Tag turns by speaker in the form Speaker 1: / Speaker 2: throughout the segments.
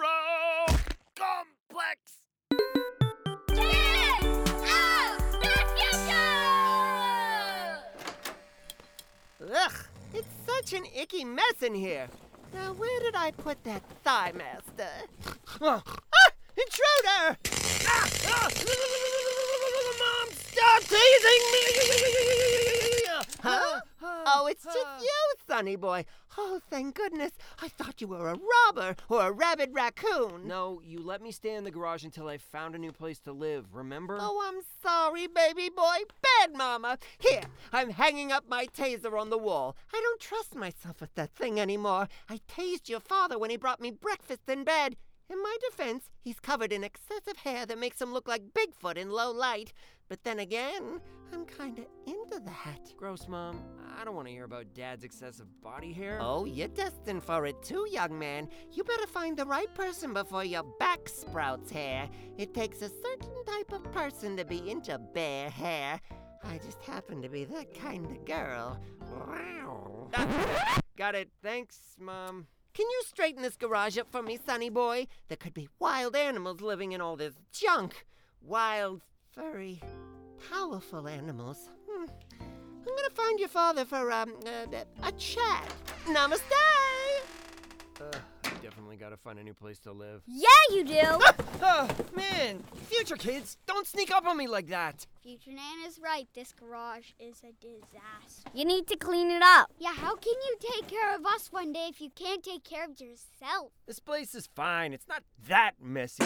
Speaker 1: Hero Complex!
Speaker 2: Kids of the future!
Speaker 3: Ugh, it's such an icky mess in here. Now, where did I put that thigh master? Ah, intruder!
Speaker 1: Ah, ah, Mom, stop teasing me!
Speaker 3: Huh? Oh, it's just you, Sonny boy. Oh, thank goodness. I thought you were a robber or a rabid raccoon.
Speaker 4: No, you let me stay in the garage until I found a new place to live, remember?
Speaker 3: Oh, I'm sorry, baby boy. Bad mama. Here, I'm hanging up my taser on the wall. I don't trust myself with that thing anymore. I tased your father when he brought me breakfast in bed. In my defense, he's covered in excessive hair that makes him look like Bigfoot in low light. But then again, I'm kinda into that.
Speaker 4: Gross, Mom. I don't want to hear about Dad's excessive body hair.
Speaker 3: Oh, you're destined for it too, young man. You better find the right person before your back sprouts hair. It takes a certain type of person to be into bare hair. I just happen to be that kind of girl. Wow.
Speaker 4: Got it. Thanks, Mom.
Speaker 3: Can you straighten this garage up for me, sonny boy? There could be wild animals living in all this junk. Wild, furry, powerful animals. Hmm. I'm gonna find your father for um, uh, a chat. Namaste!
Speaker 4: Ugh, I definitely gotta find a new place to live.
Speaker 2: Yeah, you do.
Speaker 4: Oh, man! Future kids, don't sneak up on me like that!
Speaker 5: Future Nan is right. This garage is a disaster.
Speaker 2: You need to clean it up.
Speaker 5: Yeah, how can you take care of us one day if you can't take care of yourself?
Speaker 4: This place is fine. It's not that messy.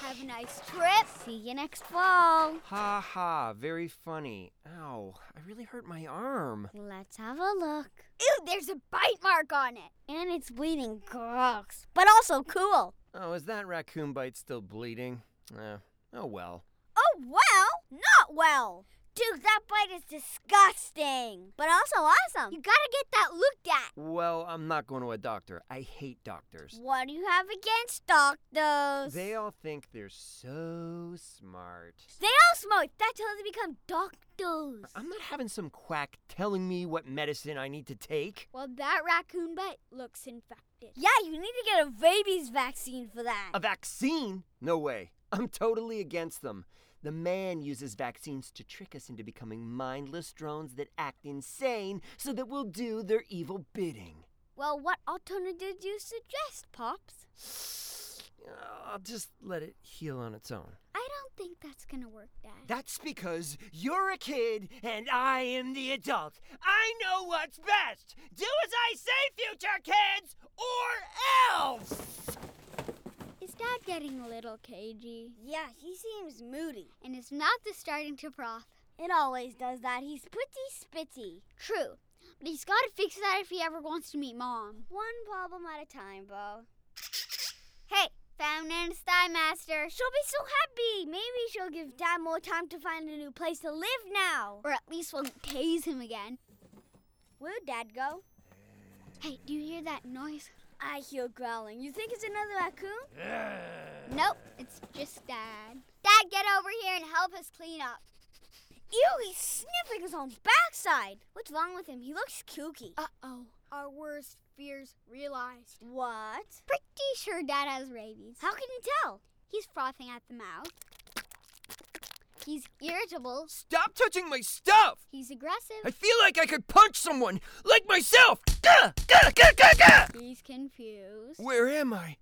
Speaker 5: Have a nice trip.
Speaker 2: See you next fall.
Speaker 4: ha ha, very funny. Ow, I really hurt my arm.
Speaker 2: Let's have a look.
Speaker 5: Ew, there's a bite mark on it.
Speaker 2: And it's bleeding gross, but also cool.
Speaker 4: Oh, is that raccoon bite still bleeding? Uh, oh well.
Speaker 2: Oh, well, not well. Dude, that bite is disgusting, but also awesome.
Speaker 5: You gotta get that looked at.
Speaker 4: Well, I'm not going to a doctor. I hate doctors.
Speaker 2: What do you have against doctors?
Speaker 4: They all think they're so smart.
Speaker 2: They all smoke. That's how they become doctors.
Speaker 4: I'm not having some quack telling me what medicine I need to take.
Speaker 5: Well, that raccoon bite looks infected.
Speaker 2: Yeah, you need to get a rabies vaccine for that.
Speaker 4: A vaccine? No way. I'm totally against them. The man uses vaccines to trick us into becoming mindless drones that act insane so that we'll do their evil bidding.
Speaker 2: Well, what alternative do you suggest, Pops?
Speaker 4: Uh, I'll just let it heal on its own.
Speaker 5: I don't think that's gonna work, Dad.
Speaker 4: That's because you're a kid and I am the adult. I know what's best. Do as I say, future kids, or else!
Speaker 5: Is Dad getting a little cagey?
Speaker 2: Yeah, he seems moody.
Speaker 5: And his mouth is starting to froth.
Speaker 2: It always does that. He's pretty spitty.
Speaker 5: True. But he's gotta fix that if he ever wants to meet Mom.
Speaker 2: One problem at a time, Bo.
Speaker 5: Hey, found Nana's Thigh Master.
Speaker 2: She'll be so happy. Maybe she'll give Dad more time to find a new place to live now.
Speaker 5: Or at least we'll tase him again.
Speaker 2: Where'd Dad go?
Speaker 5: Hey, do you hear that noise?
Speaker 2: I hear growling. You think it's another raccoon?
Speaker 5: Nope, it's just Dad. Dad, get over here and help us clean up.
Speaker 2: Ew, he's sniffing his own backside. What's wrong with him? He looks kooky.
Speaker 5: Uh oh. Our worst fears realized.
Speaker 2: what?
Speaker 5: Pretty sure Dad has rabies.
Speaker 2: How can you tell?
Speaker 5: He's frothing at the mouth. He's irritable.
Speaker 4: Stop touching my stuff!
Speaker 5: He's aggressive.
Speaker 4: I feel like I could punch someone, like myself! Gah, gah, gah, gah, gah.
Speaker 5: He's confused.
Speaker 4: Where am I?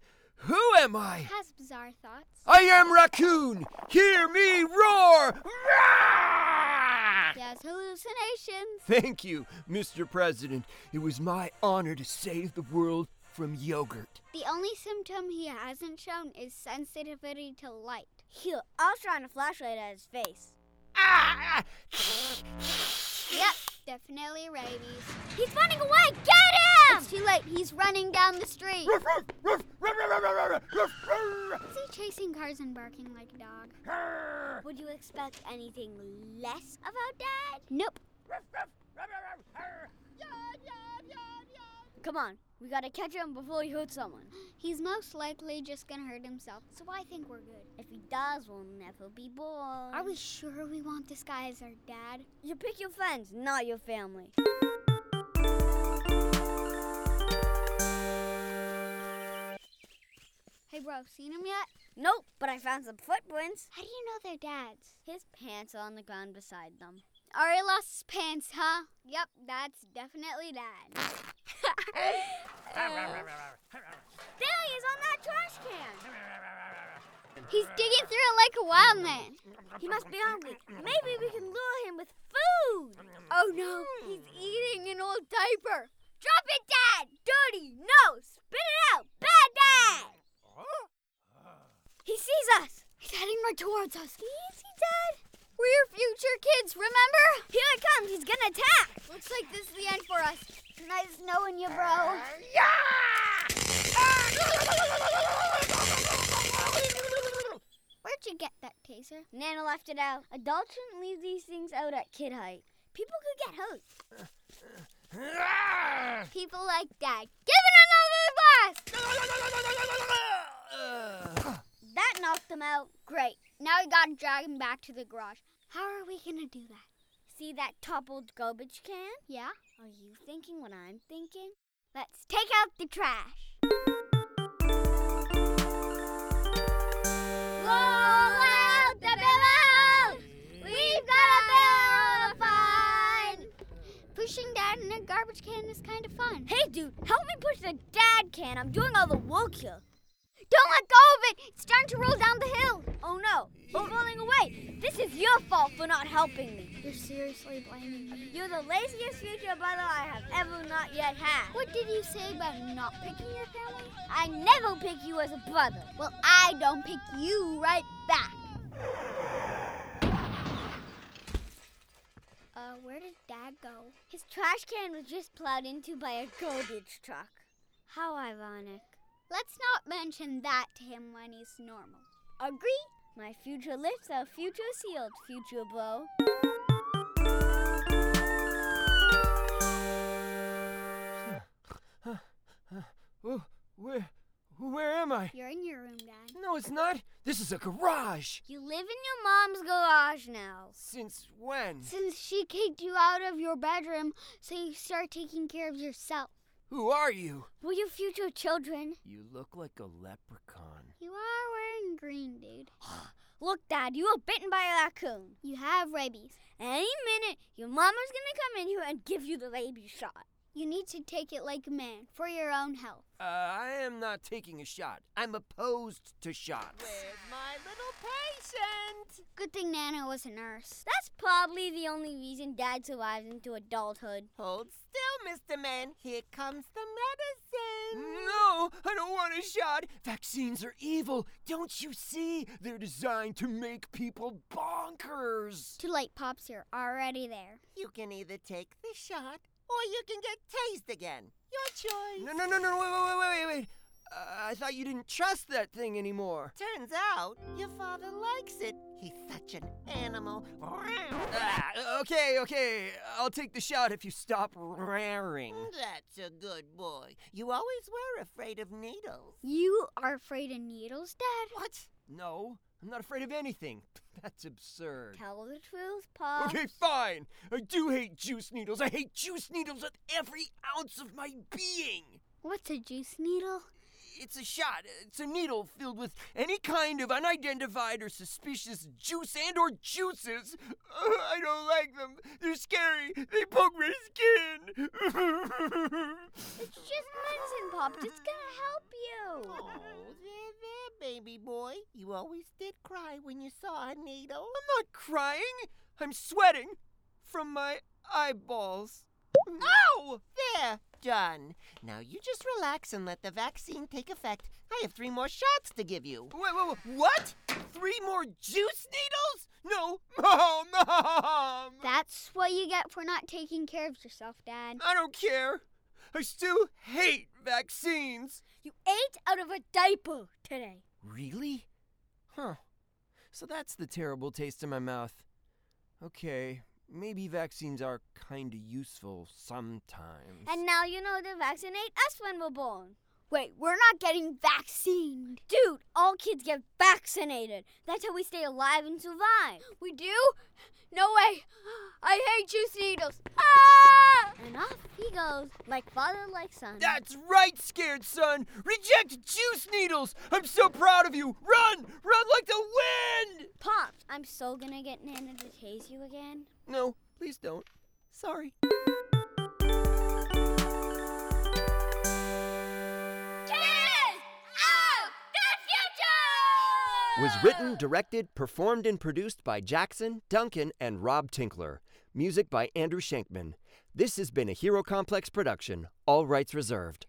Speaker 4: Who am I?
Speaker 5: Has bizarre thoughts.
Speaker 4: I am Raccoon! Hear me roar! Rah!
Speaker 5: He has hallucinations.
Speaker 4: Thank you, Mr. President. It was my honor to save the world from yogurt.
Speaker 5: The only symptom he hasn't shown is sensitivity to light.
Speaker 2: Ew, I was trying to flashlight at his face.
Speaker 4: Ah!
Speaker 5: Yep, definitely rabies.
Speaker 2: He's running away! Get him!
Speaker 5: It's too late. He's running down the street.
Speaker 4: Ruff, ruff, ruff, ruff, ruff, ruff, ruff, ruff,
Speaker 5: Is he chasing cars and barking like a dog?
Speaker 4: ruff.
Speaker 2: Would you expect anything less about Dad?
Speaker 5: Nope.
Speaker 2: Come on, we gotta catch him before he hurts someone.
Speaker 5: He's most likely just gonna hurt himself, so I think we're good.
Speaker 2: If he does, we'll never be born.
Speaker 5: Are we sure we want this guy as our dad?
Speaker 2: You pick your friends, not your family.
Speaker 5: seen him yet?
Speaker 2: Nope, but I found some footprints.
Speaker 5: How do you know they're dad's?
Speaker 2: His pants are on the ground beside them.
Speaker 5: Ari lost his pants, huh? Yep, that's definitely dad.
Speaker 2: There he is on that trash can.
Speaker 5: He's digging through it like a wild man.
Speaker 2: He must be hungry. Maybe we can lure him with food. Oh no, he's eating an old diaper. Drop it, Dad! Dirty! No! Spit it out! Bad Dad! He sees us!
Speaker 5: He's heading right towards us.
Speaker 2: Easy, Dad!
Speaker 5: We're your future kids, remember?
Speaker 2: Here it comes! He's gonna attack!
Speaker 5: Looks like this is the end for us. Nice knowing you, bro. Where'd you get that taser?
Speaker 2: Nana left it out. Adults shouldn't leave these things out at kid height. People could get hurt.
Speaker 5: People like Dad. Give it another blast!
Speaker 4: Ah!
Speaker 2: That knocked them out. Great.
Speaker 5: Now we gotta drag him back to the garage. How are we gonna do that?
Speaker 2: See that toppled garbage can?
Speaker 5: Yeah?
Speaker 2: Are you thinking what I'm thinking?
Speaker 5: Let's take out the trash. Roll out the billows! We've got a barrel of fun! Pushing Dad in a garbage can is kind of fun.
Speaker 2: Hey, dude, help me push the dad can. I'm doing all the work here.
Speaker 5: Don't let go of it! It's starting to roll down the hill!
Speaker 2: Oh no, it's rolling away. This is your fault for not helping me.
Speaker 5: You're seriously blaming me.
Speaker 2: You're the laziest future brother I have ever not yet had.
Speaker 5: What did you say about not picking your family?
Speaker 2: I never pick you as a brother.
Speaker 5: Well, I don't pick you right back. Uh, where did Dad go?
Speaker 2: His trash can was just plowed into by a garbage truck. How ironic.
Speaker 5: Let's not mention that to him when he's normal.
Speaker 2: Agree? My future lips are future sealed, future bro.
Speaker 4: Oh, where, where am I?
Speaker 5: You're in your room, Dad.
Speaker 4: No, it's not. This is a garage.
Speaker 2: You live in your mom's garage now.
Speaker 4: Since when?
Speaker 5: Since she kicked you out of your bedroom, so you start taking care of yourself.
Speaker 4: Who are you?
Speaker 2: Will your future children?
Speaker 4: You look like a leprechaun.
Speaker 5: You are wearing green, dude.
Speaker 2: Look, Dad, you were bitten by a raccoon.
Speaker 5: You have rabies.
Speaker 2: Any minute, your mama's gonna come in here and give you the rabies shot.
Speaker 5: You need to take it like a man for your own health.
Speaker 4: Uh, I am not taking a shot. I'm opposed to shots.
Speaker 1: my little patient.
Speaker 5: Good thing Nana was a nurse.
Speaker 2: That's probably the only reason Dad survives into adulthood.
Speaker 3: Hold still, Mr. Man. Here comes the medicine.
Speaker 4: Mm. No, I don't want a shot. Vaccines are evil. Don't you see? They're designed to make people bonkers.
Speaker 5: Too late, Pops, you're already there.
Speaker 3: You can either take the shot or you can get tased again. Your choice.
Speaker 4: No, no, no, no, wait, wait, wait, wait, wait. Uh, I thought you didn't trust that thing anymore.
Speaker 3: Turns out your father likes it. He's such an animal.
Speaker 4: Ah, okay, okay. I'll take the shot if you stop raring.
Speaker 3: That's a good boy. You always were afraid of needles.
Speaker 5: You are afraid of needles, Dad?
Speaker 4: What? No, I'm not afraid of anything. That's absurd.
Speaker 2: Tell the truth, Pop.
Speaker 4: Okay, fine. I do hate juice needles. I hate juice needles with every ounce of my being.
Speaker 5: What's a juice needle?
Speaker 4: It's a shot. It's a needle filled with any kind of unidentified or suspicious juice and or juices. Ugh, I don't like them. They're scary. They poke my skin.
Speaker 2: It's just medicine, Pop. It's gonna help you.
Speaker 3: Oh, there, there, baby boy. You always did cry when you saw a needle.
Speaker 4: I'm not crying. I'm sweating from my eyeballs.
Speaker 3: Oh, there, John. Now you just relax and let the vaccine take effect. I have three more shots to give you.
Speaker 4: Wait, wait, wait. What? Three more juice needles? No. Mom, mom.
Speaker 5: That's what you get for not taking care of yourself, Dad.
Speaker 4: I don't care. I still hate vaccines.
Speaker 2: You ate out of a diaper today.
Speaker 4: Really? Huh. So that's the terrible taste in my mouth. Okay, maybe vaccines are kinda useful sometimes.
Speaker 2: And now you know to vaccinate us when we're born. Wait, we're not getting vaccinated. Dude, all kids get vaccinated. That's how we stay alive and survive. We do? No way. I hate juice needles. Ah!
Speaker 5: And off he goes, like father, like son.
Speaker 4: That's right, scared son. Reject juice needles. I'm so proud of you. Run, run like the wind.
Speaker 5: Pops, I'm so gonna get Nana to tase you again.
Speaker 4: No, please don't. Sorry.
Speaker 2: Oh,
Speaker 4: was written, directed, performed, and produced by Jackson, Duncan, and Rob Tinkler. Music by Andrew Shankman. This has been a Hero Complex production, all rights reserved.